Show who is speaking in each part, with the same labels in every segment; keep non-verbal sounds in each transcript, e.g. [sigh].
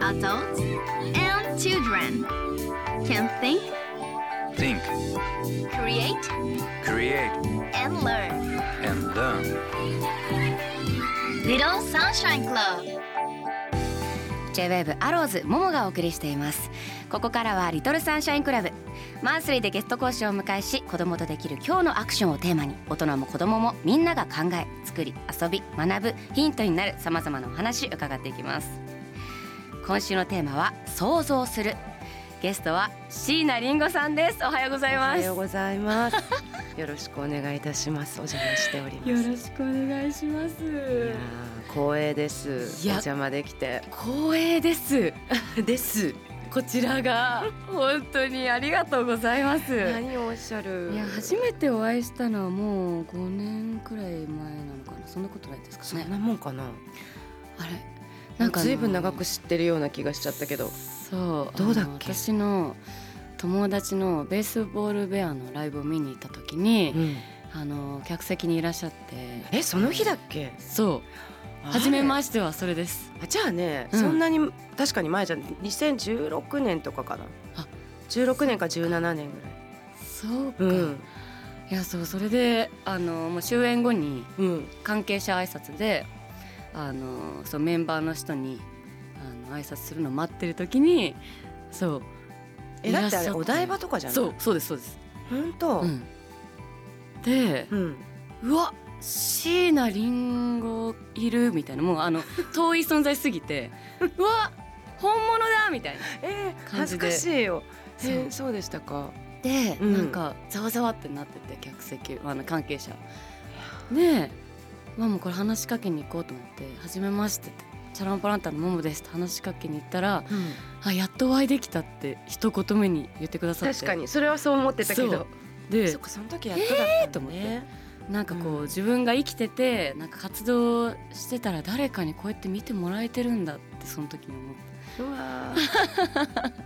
Speaker 1: Adults and children can think,
Speaker 2: Think,
Speaker 1: create,
Speaker 2: create,
Speaker 1: and learn.
Speaker 2: and learn.
Speaker 1: Little Sunshine Club.
Speaker 3: J-WAVE アローズモモがお送りしていますここからはリトルサンシャインクラブマンスリーでゲスト講師をお迎えし子供とできる今日のアクションをテーマに大人も子供もみんなが考え作り遊び学ぶヒントになるさまざまなお話伺っていきます今週のテーマは想像するゲストは椎名林檎さんですおはようござい
Speaker 4: お
Speaker 3: ま
Speaker 4: は
Speaker 3: す
Speaker 4: ようござい
Speaker 3: [laughs]
Speaker 4: ます。よろしくお願いいたします。お邪魔しております。い
Speaker 3: ろしくお願いします
Speaker 4: やー光栄です。お
Speaker 3: いや
Speaker 4: 邪魔できて。
Speaker 3: 光栄です
Speaker 4: です。
Speaker 3: こちらが本当にありがとうございます
Speaker 4: 何をおっしゃる。
Speaker 3: いや初めてお会いしたのはもう5年くらい前なのかなそんなことないですか
Speaker 4: そ
Speaker 3: ね
Speaker 4: んなもんかな。
Speaker 3: あれ
Speaker 4: なんか
Speaker 3: あの
Speaker 4: ずいぶん長く知ってるような気がしちゃったけど。
Speaker 3: そう
Speaker 4: どうだっ
Speaker 3: あの
Speaker 4: け
Speaker 3: 私の友達のベースボールベアのライブを見に行った時に、
Speaker 4: うん
Speaker 3: あの客席にいらっしゃって
Speaker 4: えその日だっけ。
Speaker 3: そう初めましてはそれです
Speaker 4: あじゃあね、
Speaker 3: うん
Speaker 4: そんなに確かに前じゃん。2016年とかかな
Speaker 3: あ。
Speaker 4: 16年か17年ぐらい。
Speaker 3: そうか、
Speaker 4: うん
Speaker 3: いやそうそれであのもう終演後に
Speaker 4: うん。
Speaker 3: 関係者挨拶であのそうメンバーの人にあの挨拶するのを待ってる時にそう
Speaker 4: え
Speaker 3: い
Speaker 4: だ
Speaker 3: ら
Speaker 4: っ
Speaker 3: ってしゃ
Speaker 4: あ
Speaker 3: っ
Speaker 4: れ
Speaker 3: た
Speaker 4: お台場とかじゃない。
Speaker 3: そう。そうですそうです、
Speaker 4: 本当。
Speaker 3: うん、で
Speaker 4: うん。
Speaker 3: うわ椎名林檎いるみたいなもうあの遠い存在すぎ [laughs] てうわ本物だみたいな
Speaker 4: えー、
Speaker 3: 感じ
Speaker 4: 恥ず
Speaker 3: で
Speaker 4: かしいよ。
Speaker 3: そう
Speaker 4: えー、そうでしたか。
Speaker 3: で、
Speaker 4: うん
Speaker 3: なんかざわざわってなってて客席あの関係者で、まあ、もうこれ話しかけに行こうと思って「はじめまして」って「チャランポランタンのモモです」って話しかけに行ったら「あやっとお会いできた」って一言目に言ってくださって
Speaker 4: 確かにそれはそう思ってたけ
Speaker 3: そ
Speaker 4: ど
Speaker 3: う。で
Speaker 4: そっかその時やっとだったんだ
Speaker 3: えー
Speaker 4: ね。
Speaker 3: なんかこう、
Speaker 4: うん
Speaker 3: 自分が生きててなんか活動してたら誰かにこうやって見てもらえてるんだってその時に思って
Speaker 4: うわー。 [laughs]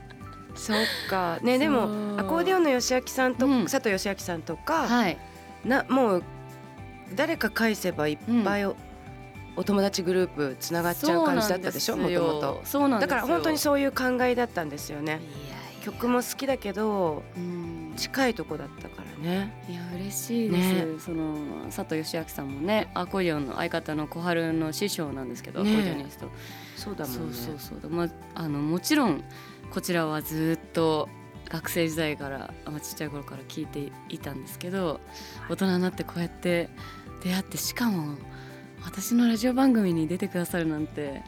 Speaker 4: そっかねで
Speaker 3: そ
Speaker 4: も
Speaker 3: う
Speaker 4: アコーディオンの吉明さんと、
Speaker 3: うん
Speaker 4: 佐藤吉明さんとか、
Speaker 3: はい
Speaker 4: なもう誰か返せばいっぱいお,、お友達グループつながっちゃう感じだったでしょもともと
Speaker 3: そうなんで
Speaker 4: だ
Speaker 3: すよ
Speaker 4: から本当にそういう考えだったんですよね
Speaker 3: いやいや
Speaker 4: 曲も好きだけど
Speaker 3: うん
Speaker 4: 近いとこだったからね
Speaker 3: いや嬉しいです、
Speaker 4: ね
Speaker 3: その佐藤義明さんもねアコーディオンの相方の小春の師匠なんですけど、
Speaker 4: ねえ
Speaker 3: アコーディオニスト
Speaker 4: そうだも
Speaker 3: そ
Speaker 4: ん
Speaker 3: う
Speaker 4: ね
Speaker 3: そうそう、まあ、あのもちろんこちらはずっと学生時代からあまあちっちゃい頃から聞いていたんですけど大人になってこうやって出会ってしかも私のラジオ番組に出てくださるなんて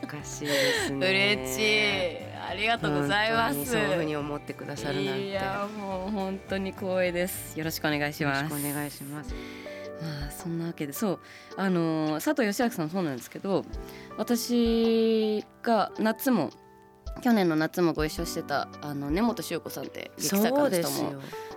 Speaker 4: おかしいですね
Speaker 3: いありが
Speaker 4: 本当にそういうふうに思ってくださるなんて
Speaker 3: いやもう本当に光栄ですよろしくお願いし
Speaker 4: よろ
Speaker 3: ま
Speaker 4: し
Speaker 3: す
Speaker 4: くお願いします。
Speaker 3: まあそんなわけでそうあのー佐藤義明さんそうなんですけど私が夏も去年の夏もご一緒してたあの根本修子さんって劇作家の人も。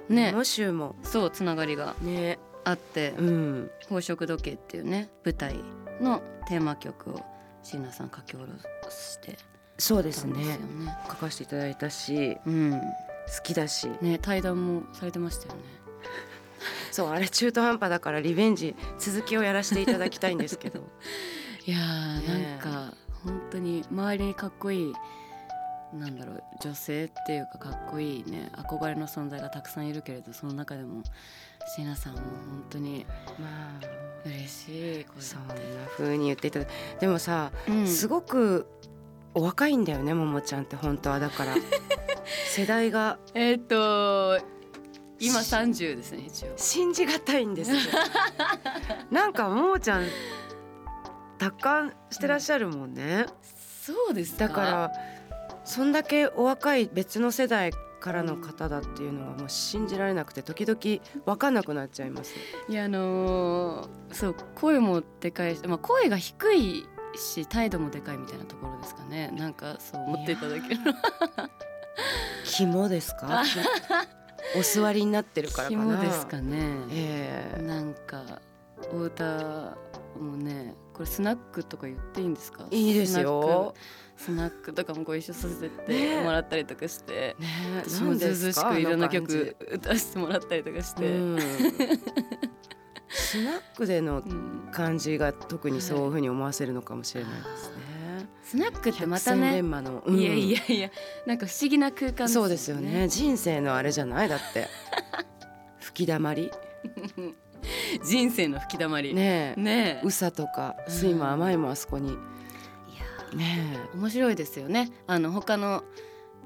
Speaker 3: ね
Speaker 4: もしも
Speaker 3: そうつながりが
Speaker 4: ね、
Speaker 3: あって
Speaker 4: うん、
Speaker 3: 「宝飾時計」っていうね舞台のテーマ曲を椎名さん書き下ろして
Speaker 4: そうで
Speaker 3: た
Speaker 4: す
Speaker 3: んですよ
Speaker 4: ね。
Speaker 3: ね。
Speaker 4: 書かせていただいたし、
Speaker 3: うん、
Speaker 4: 好きだし、
Speaker 3: ね対談もされてましたよね。
Speaker 4: そうあれ中途半端だからリベンジ続きをやらせていただきたいんですけど、
Speaker 3: いやー、な
Speaker 4: ねえ
Speaker 3: んか本当に周りにかっこいいなんだろう女性っていうかかっこいいね憧れの存在がたくさんいるけれどその中でも椎名さんも本当に
Speaker 4: まあ
Speaker 3: 嬉しいこ
Speaker 4: そんな風に言っていただでもさ、
Speaker 3: うやって、うん、
Speaker 4: すごくお若いんだよねももちゃんって本当はだから世代が
Speaker 3: えーっと今30ですね一応
Speaker 4: 信じがたいん
Speaker 3: [laughs]
Speaker 4: ですよなんかももちゃん達観してらっしゃるもんね、
Speaker 3: そうですか
Speaker 4: だからそんだけお若い別の世代からの方だっていうのはもう信じられなくて時々分かんなくなっちゃいます
Speaker 3: いやあのーそう声もでかいし、まあ、声が低いし態度もでかいみたいなところですかねなんかそう思っていただける
Speaker 4: 肝で
Speaker 3: [laughs]
Speaker 4: すかお座りになってるからかな
Speaker 3: 紐ですかね
Speaker 4: え
Speaker 3: なんかお歌もねこれスナックとか言っていいんですか
Speaker 4: えいいですよ
Speaker 3: スナックスナックとかもご一緒させ
Speaker 4: ね
Speaker 3: て
Speaker 4: え
Speaker 3: もらったりとかして、
Speaker 4: ねえ
Speaker 3: 私もずうずうしくいろんな
Speaker 4: あの感
Speaker 3: 曲歌わせてもらったりとかし
Speaker 4: じ
Speaker 3: て、
Speaker 4: うん [laughs] スナックで
Speaker 3: う
Speaker 4: の
Speaker 3: ん
Speaker 4: 感じが特にそういうふうに思わせるのかもしれないですね。
Speaker 3: スナックってま
Speaker 4: 百
Speaker 3: た
Speaker 4: 戦
Speaker 3: ね
Speaker 4: 錬磨の、うん
Speaker 3: いやいやいやなんか不思議な空間
Speaker 4: そうですよね。人生のあれじゃない
Speaker 3: [laughs]
Speaker 4: だって。吹き溜まり。
Speaker 3: 人生の吹き溜まりね
Speaker 4: ね
Speaker 3: え
Speaker 4: え。うさとか
Speaker 3: うん
Speaker 4: 酸いも甘いもあそこに。
Speaker 3: いや
Speaker 4: ね
Speaker 3: ー面白いですよねあの他の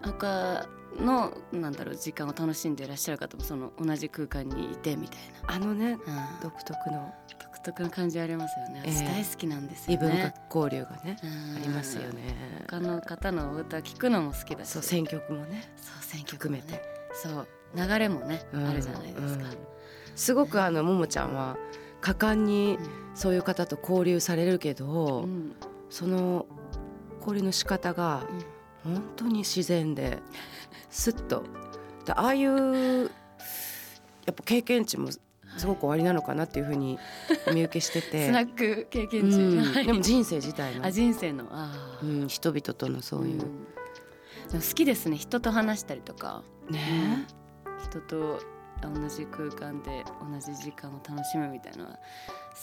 Speaker 3: 他のなんだろう時間を楽しんでいらっしゃる方もその同じ空間にいてみたい
Speaker 4: え。あのね、
Speaker 3: な、うん、
Speaker 4: 独特の
Speaker 3: 独特な感じありますよね
Speaker 4: ええ
Speaker 3: 私大好きなんです
Speaker 4: 異
Speaker 3: よね、
Speaker 4: 文化交流がね、
Speaker 3: うん
Speaker 4: ありますよね。
Speaker 3: 他の方のお歌聞くのも好きだし
Speaker 4: そう選曲もね
Speaker 3: そう選曲
Speaker 4: 含
Speaker 3: も
Speaker 4: め
Speaker 3: ね
Speaker 4: て、
Speaker 3: そう流れもね、
Speaker 4: うん
Speaker 3: あるじゃないですか、
Speaker 4: うんすごくあのももちゃんは果敢にそういう方と交流されるけど、
Speaker 3: うんうん
Speaker 4: その交流の仕方が本当に自然でスッとだああいうやっぱ経験値もすごくおありなのかなっていうふうにお見受けしてて
Speaker 3: スナック経
Speaker 4: う
Speaker 3: 験中、は
Speaker 4: ん、
Speaker 3: い
Speaker 4: でも人生自体の
Speaker 3: あ、人生のああ、
Speaker 4: うん、人々とのそういう、
Speaker 3: んでも好きですね人と話したりとか、
Speaker 4: ね
Speaker 3: 人と同じ空間で同じ時間を楽しむみたいなのは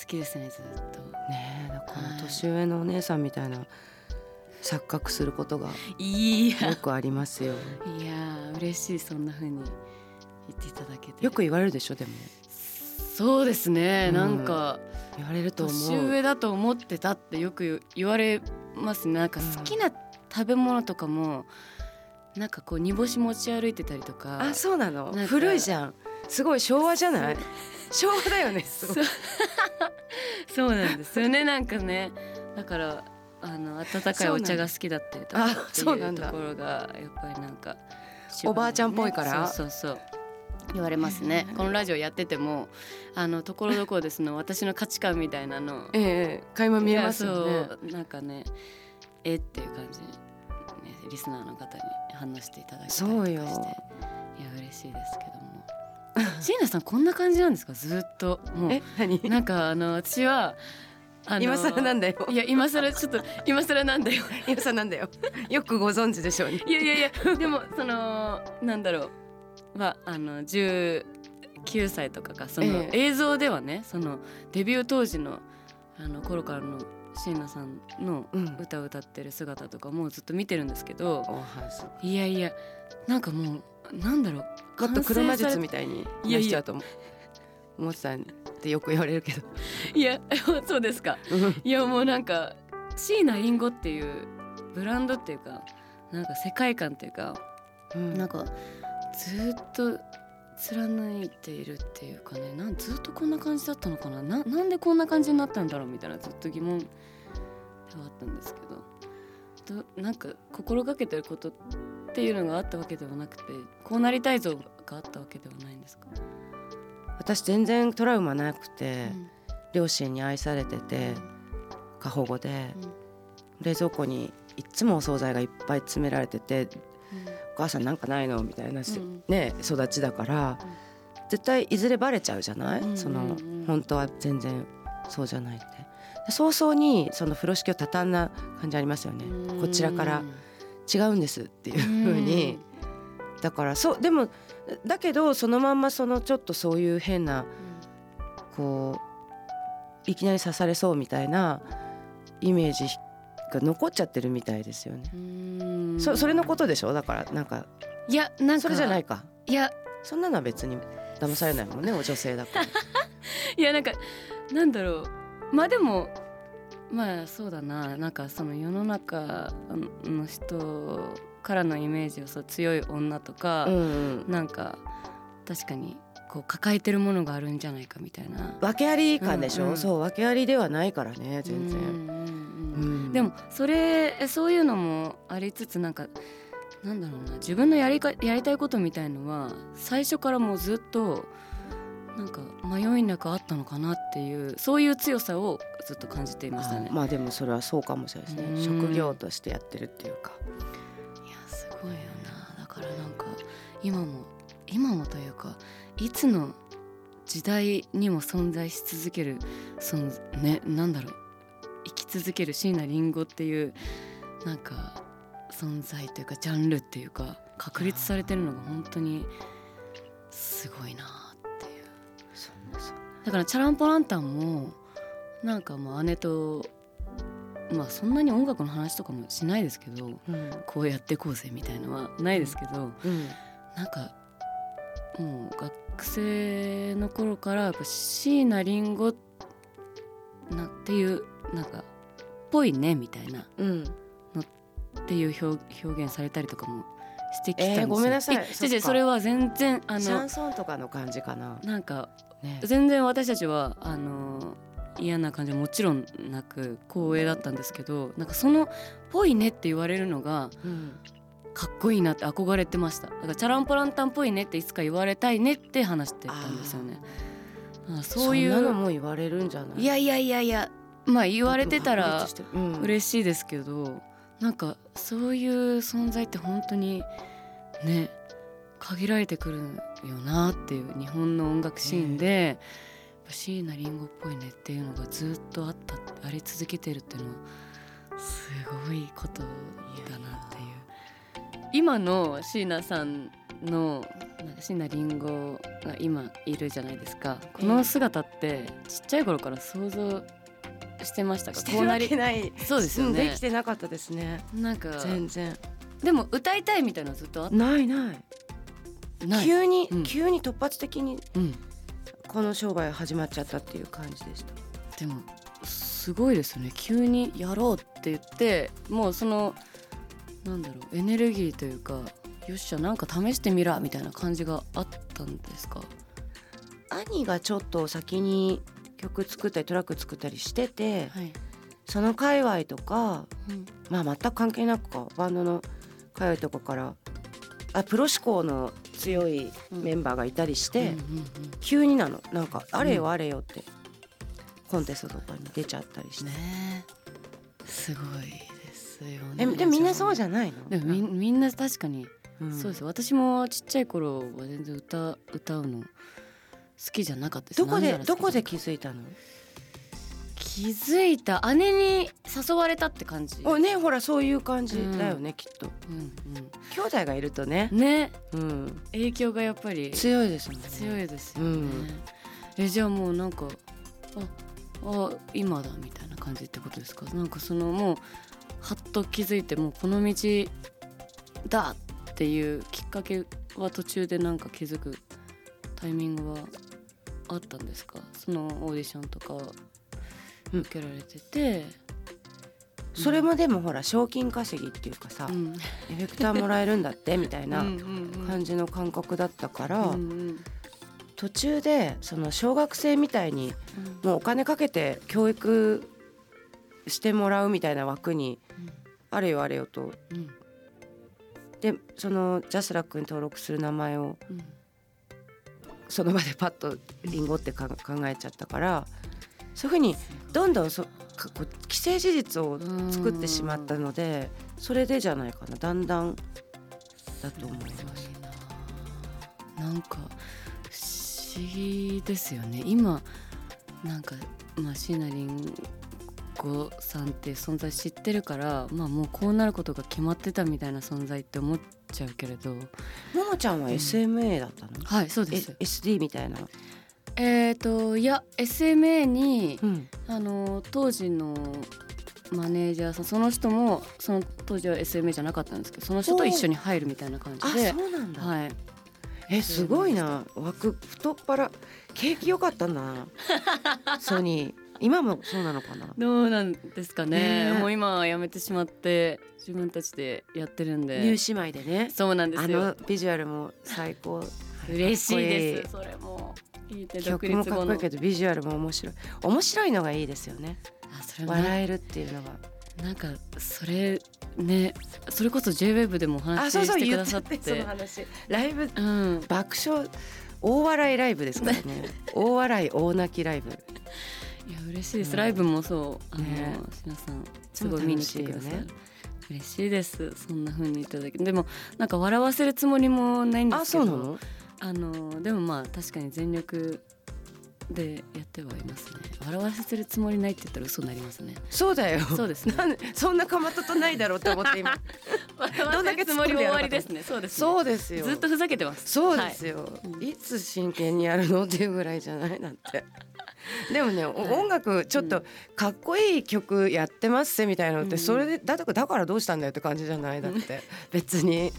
Speaker 3: 好きですねずっと
Speaker 4: ねえだから
Speaker 3: はい
Speaker 4: 年上のお姉さんみたいな錯覚することが
Speaker 3: いや
Speaker 4: よくありますよ。
Speaker 3: いやー嬉しいそんな風に言っていただけて
Speaker 4: よく言われるでしょでも
Speaker 3: そうですね、
Speaker 4: うん
Speaker 3: なんか
Speaker 4: 言われると思う。
Speaker 3: 年上だと思ってたってよく言われますねなんか好きな食べ物とかもなんかこう煮干し持ち歩いてたりとか
Speaker 4: あそうなの
Speaker 3: なんか
Speaker 4: 古いじゃんすごい昭和じゃない昭和だよねすごい
Speaker 3: そうなんですよ [laughs] ねなんかねだからあの温かいお茶が好きだったりとか
Speaker 4: あ
Speaker 3: ってい
Speaker 4: そうな
Speaker 3: うんと
Speaker 4: だ
Speaker 3: ころがやっぱりなんか、
Speaker 4: おばあちゃんっぽいから
Speaker 3: そうそうそう言われます [laughs] ねこのラジオやっててもあのところどころですの私の価値観みたいなの
Speaker 4: ええ垣間見えますよ
Speaker 3: いや
Speaker 4: ね
Speaker 3: そうなんかねえっていう感じに、ね、リスナーの方に話していただいたりとかして
Speaker 4: そう
Speaker 3: い
Speaker 4: よ
Speaker 3: や嬉しいですけども [laughs] 椎名さんこんな感じなんですかずっともう
Speaker 4: え何
Speaker 3: なんかあの私はあの
Speaker 4: 今更なんだよ
Speaker 3: いや今更ちょっと今更なん
Speaker 4: [laughs]
Speaker 3: だよ
Speaker 4: 今更なんだよよくご存知でしょうね
Speaker 3: いやいやいやでもそのなんだろうはあの19歳とかかその
Speaker 4: ええ
Speaker 3: 映像ではねそのデビュー当時のあの頃からの椎名さんの
Speaker 4: うん
Speaker 3: 歌を歌ってる姿とかもうずっと見てるんですけど
Speaker 4: おはず
Speaker 3: いやいやなんかもうなんだろう
Speaker 4: もっと黒魔術みたいに
Speaker 3: いやいや
Speaker 4: 話しちゃうと思う思ってたんってよく言われるけど
Speaker 3: いや [laughs] そうですか
Speaker 4: うん
Speaker 3: いやもうなんか椎名林檎っていうブランドっていうかなんか世界観っていうか
Speaker 4: うん
Speaker 3: なんかずっと貫いているっていうかねなんずっとこんな感じだったのかなななんでこんな感じになったんだろうみたいなずっと疑問ではあったんですけどどなんか心がけてることっていうのがあったわけではなくてこうなりたい像があったわけではないんですか、
Speaker 4: 私全然トラウマなく
Speaker 3: う
Speaker 4: て
Speaker 3: ん
Speaker 4: 両親に愛されてて過保護で冷蔵庫にいっつもお惣菜がいっぱい詰められててお母さんなんかないのみたいな、
Speaker 3: うん
Speaker 4: ね育ちだから、絶対いずれバレちゃうじゃない、
Speaker 3: うんうんうん
Speaker 4: その本当は全然そうじゃないってで早々にその風呂敷を畳んだ感じありますよね
Speaker 3: うん
Speaker 4: こちらから違うんですっていう風にだからそうでもだけどそのまんまそのちょっとそういう変なこういきなり刺されそうみたいなイメージが残っちゃってるみたいですよね。
Speaker 3: うん
Speaker 4: そそれのことでしょだからなんか
Speaker 3: いやなんか
Speaker 4: それじゃないか
Speaker 3: いや
Speaker 4: そんなのは別に騙されないもんねお女性だから
Speaker 3: いやなんかなんだろうまあでもまあそうだななんかその世の中の人からのイメージをそう強い女とか、
Speaker 4: うんうん
Speaker 3: なんか確かにこう抱えてるものがあるんじゃないかみたいな
Speaker 4: 訳あり感でしょ、
Speaker 3: うんうん
Speaker 4: そう訳ありではないからね全然、
Speaker 3: うんうんうん
Speaker 4: うん
Speaker 3: でもそれえそういうのもありつつなんかなんだろうな自分のやりかやりたいことみたいのは最初からもうずっとなんか迷いなくあったのかなっていうそういう強さをずっと感じていましたね。
Speaker 4: あまあでもそれはそうかもしれないですね、
Speaker 3: うん
Speaker 4: 職業としてやってるっていうか
Speaker 3: いやすごいよなだからなんか今も今もというかいつの時代にも存在し続けるそのねなんだろう生き続ける椎名林檎っていうなんか存在というかジャンルっていうか確立されてるのが本当にすごいなっていう
Speaker 4: そんなそんな
Speaker 3: だからチャランポランタンもなんかもう姉とまあそんなに音楽の話とかもしないですけど
Speaker 4: うん
Speaker 3: こうやってこうぜみたいのはないですけど
Speaker 4: うん
Speaker 3: なんかもう学生の頃からやっぱ椎名林檎なっていうなんかっぽいねみたいな
Speaker 4: うん
Speaker 3: っていう表表現されたりとかもしてきたんです
Speaker 4: えーごめんなさい
Speaker 3: え
Speaker 4: そっか
Speaker 3: 違う違うそれは全然あ
Speaker 4: シャ
Speaker 3: の
Speaker 4: ンソンとかの感じかな、
Speaker 3: なんか
Speaker 4: ね、
Speaker 3: 全然私たちはあの嫌な感じはもちろんなく光栄だったんですけどなんかその「ぽいね」って言われるのが
Speaker 4: うん
Speaker 3: かっこいいなって憧れてましただからチャランポランタンっぽいねっていつか言われたいねって話してたんですよねあそうい
Speaker 4: そんなの
Speaker 3: う
Speaker 4: も言われるんじゃない
Speaker 3: いやいやいやいやまあ言われてたら
Speaker 4: うん
Speaker 3: 嬉しいですけどなんかそういう存在って本当にね限られてくるよなっていう日本の音楽シーンで、やっぱ椎名林檎っぽいねっていうのがずっとあったあり続けてるっていうのはすごいことだなっていう今の椎名さんのなんか椎名林檎が今いるじゃないですかこの姿ってちっちゃい頃から想像してましたか
Speaker 4: して
Speaker 3: こう
Speaker 4: る
Speaker 3: な
Speaker 4: わ
Speaker 3: り
Speaker 4: けない
Speaker 3: そうですよね
Speaker 4: んできてなかったですね
Speaker 3: なんか
Speaker 4: 全然
Speaker 3: でも歌いたいみたいなのずっとあっ
Speaker 4: ないない
Speaker 3: たない、
Speaker 4: 急に、
Speaker 3: うん
Speaker 4: 急に突発的に
Speaker 3: うん、
Speaker 4: この商売始まっちゃったっていう感じでした
Speaker 3: でもすごいですよね急にやろうって言ってもうそのなんだろうエネルギーというかよっしゃなんか試してみらみたいな感じがあったんですか
Speaker 4: 兄がちょっと先に曲作ったりトラック作ったりしてて、
Speaker 3: はい、
Speaker 4: その界隈とか
Speaker 3: うん
Speaker 4: まあ全く関係なくかバンドの界隈とかからあプロ志向の強いメンバーがいたりして、
Speaker 3: うんうんうん
Speaker 4: 急になのなんかあれよあれよって、コンテストとかに出ちゃったりして、
Speaker 3: ねえすごいですよね
Speaker 4: えでもみんなそうじ
Speaker 3: ゃ
Speaker 4: ゃないの
Speaker 3: でもみんみんな確かに、
Speaker 4: ん
Speaker 3: そうです私もちっちゃい頃は全然歌歌うの好きじゃなかったです
Speaker 4: どこ
Speaker 3: なん
Speaker 4: で
Speaker 3: なら好きじ
Speaker 4: ど
Speaker 3: ゃなか
Speaker 4: こ
Speaker 3: った
Speaker 4: で気づいたの
Speaker 3: 気づいた姉に誘われたって感じ、
Speaker 4: おねほらそういう感じだよね、きっと
Speaker 3: うん
Speaker 4: 兄弟がいるとね
Speaker 3: う、ん、ね
Speaker 4: うん、
Speaker 3: 影響がやっぱり
Speaker 4: 強いですもんね
Speaker 3: 強いですよね、
Speaker 4: うん
Speaker 3: えじゃあもうなんかああ今だみたいな感じってことですかなんかそのもうはっと気づいてもうこの道だっていうきっかけは途中でなんか気づくタイミングはあったんですかそのオーディションとか
Speaker 4: うん
Speaker 3: 受けられてて、
Speaker 4: それもでもほら賞金稼ぎっていうかさ、
Speaker 3: うん
Speaker 4: エフェクターもらえるんだってみたいな
Speaker 3: [laughs] うんうんうん
Speaker 4: 感じの感覚だったから、
Speaker 3: うんうん
Speaker 4: 途中でその小学生みたいに
Speaker 3: うん
Speaker 4: もうお金かけて教育してもらうみたいな枠にあれよあれよと
Speaker 3: うん
Speaker 4: でそのジャスラックに登録する名前を
Speaker 3: うん
Speaker 4: その場でパッとリンゴってか考えちゃったからそういうふうにどんどんそかこう既成事実を作ってしまったのでそれでじゃないかなだんだんだと思います。
Speaker 3: なんか不思議ですよね今なんかまあ椎名林檎さんっていう存在知ってるからまあもうこうなることが決まってたみたいな存在って思っちゃうけれど
Speaker 4: ももちゃんは
Speaker 3: うん
Speaker 4: SMA だったの、
Speaker 3: はいそう
Speaker 4: え
Speaker 3: です
Speaker 4: SD みたいな、
Speaker 3: えっ、といや SMA に
Speaker 4: うん
Speaker 3: あの当時のマネージャーさんその人もその当時は SMA じゃなかったんですけどその人と一緒に入るみたいな感
Speaker 4: あ
Speaker 3: じで
Speaker 4: そうなんだ、
Speaker 3: はい
Speaker 4: えすごいな枠太っ腹景気良かったんだ
Speaker 3: [laughs]
Speaker 4: なソニー今もそうなのかな
Speaker 3: どうなんですかね
Speaker 4: ねえ
Speaker 3: もう今はやめてしまって自分たちでやってるんで
Speaker 4: ニュー姉妹でね
Speaker 3: そうなんで
Speaker 4: あ
Speaker 3: すよ
Speaker 4: のビジュアルも最高
Speaker 3: 嬉しいです
Speaker 4: か
Speaker 3: それも聞いて独
Speaker 4: 曲
Speaker 3: 立
Speaker 4: も
Speaker 3: 後
Speaker 4: かっこい
Speaker 3: の
Speaker 4: いけどビジュアルも面白い面白いのがいいですよね
Speaker 3: あそれもな
Speaker 4: 笑えるっていうのが
Speaker 3: なんかそれねそれこそ JWEB でもお話ししてくださって
Speaker 4: その話ライブ
Speaker 3: うん
Speaker 4: 爆笑大笑いライブですからね大笑い大泣きライブ
Speaker 3: いや嬉しいです、
Speaker 4: うん
Speaker 3: ライブもそうあの、
Speaker 4: ね
Speaker 3: 皆さんすごい見に来てくださ
Speaker 4: 楽しい
Speaker 3: る
Speaker 4: よね
Speaker 3: 嬉しいですそんな風にいただけでもなんか笑わせるつもりもないんですけど
Speaker 4: あそうなの
Speaker 3: あのでもまあ確かに全力でやってはいますね笑わせるつもりないって言ったら嘘になりますね
Speaker 4: そうだよ
Speaker 3: そうですね
Speaker 4: なんでそんなかまととないだろうと思って今
Speaker 3: どんだけつもりも終わりですね [laughs] そうですね
Speaker 4: そうですよ
Speaker 3: ずっとふざけてます
Speaker 4: そうですよ、
Speaker 3: はい [laughs]
Speaker 4: い、つ真剣にやるのっていうぐらいじゃないなんてでもね、お
Speaker 3: はい
Speaker 4: 音楽ちょっ
Speaker 3: う
Speaker 4: とかっこいい曲やってますせみたいなのっ
Speaker 3: うん
Speaker 4: てそれでだとだからどうしたんだよって感じじゃないだって別に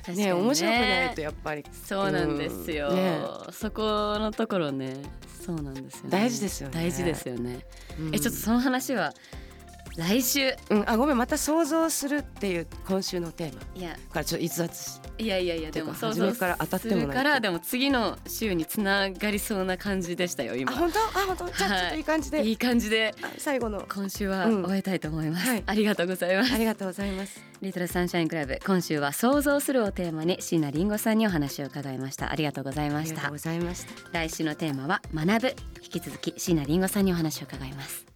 Speaker 3: 確かに
Speaker 4: ね面白くないとやっぱり
Speaker 3: そうなんですよ、
Speaker 4: うんね
Speaker 3: そこのところねそうなんですよね
Speaker 4: 大事ですよね
Speaker 3: 大事ですよね、
Speaker 4: うん
Speaker 3: えちょっとその話は来週
Speaker 4: うんあごめんまた想像するっていう今週のテーマ
Speaker 3: いや
Speaker 4: からちょっと逸脱し
Speaker 3: いやいやいやでも
Speaker 4: てか
Speaker 3: そう
Speaker 4: 初
Speaker 3: そう
Speaker 4: めから当たって
Speaker 3: す
Speaker 4: もない
Speaker 3: るからでも次の週につながりそうな感じでしたよ
Speaker 4: あ
Speaker 3: 今
Speaker 4: 本当あ本当じゃあ
Speaker 3: はい
Speaker 4: ちょっといい感じで、
Speaker 3: いい感じで
Speaker 4: あ最後の
Speaker 3: 今週は
Speaker 4: うん
Speaker 3: 終えたいと思います、
Speaker 4: はい
Speaker 3: ありがとうございます
Speaker 4: ありがとうございます
Speaker 3: リトルサンシャインクラブ今週は想像するをテーマに椎名林檎さんにお話を伺いましたありがとうござい
Speaker 4: あ
Speaker 3: ま
Speaker 4: り
Speaker 3: し
Speaker 4: がと
Speaker 3: た
Speaker 4: うございました
Speaker 3: 来週のテーマは学ぶ引き続き椎名林檎さんにお話を伺います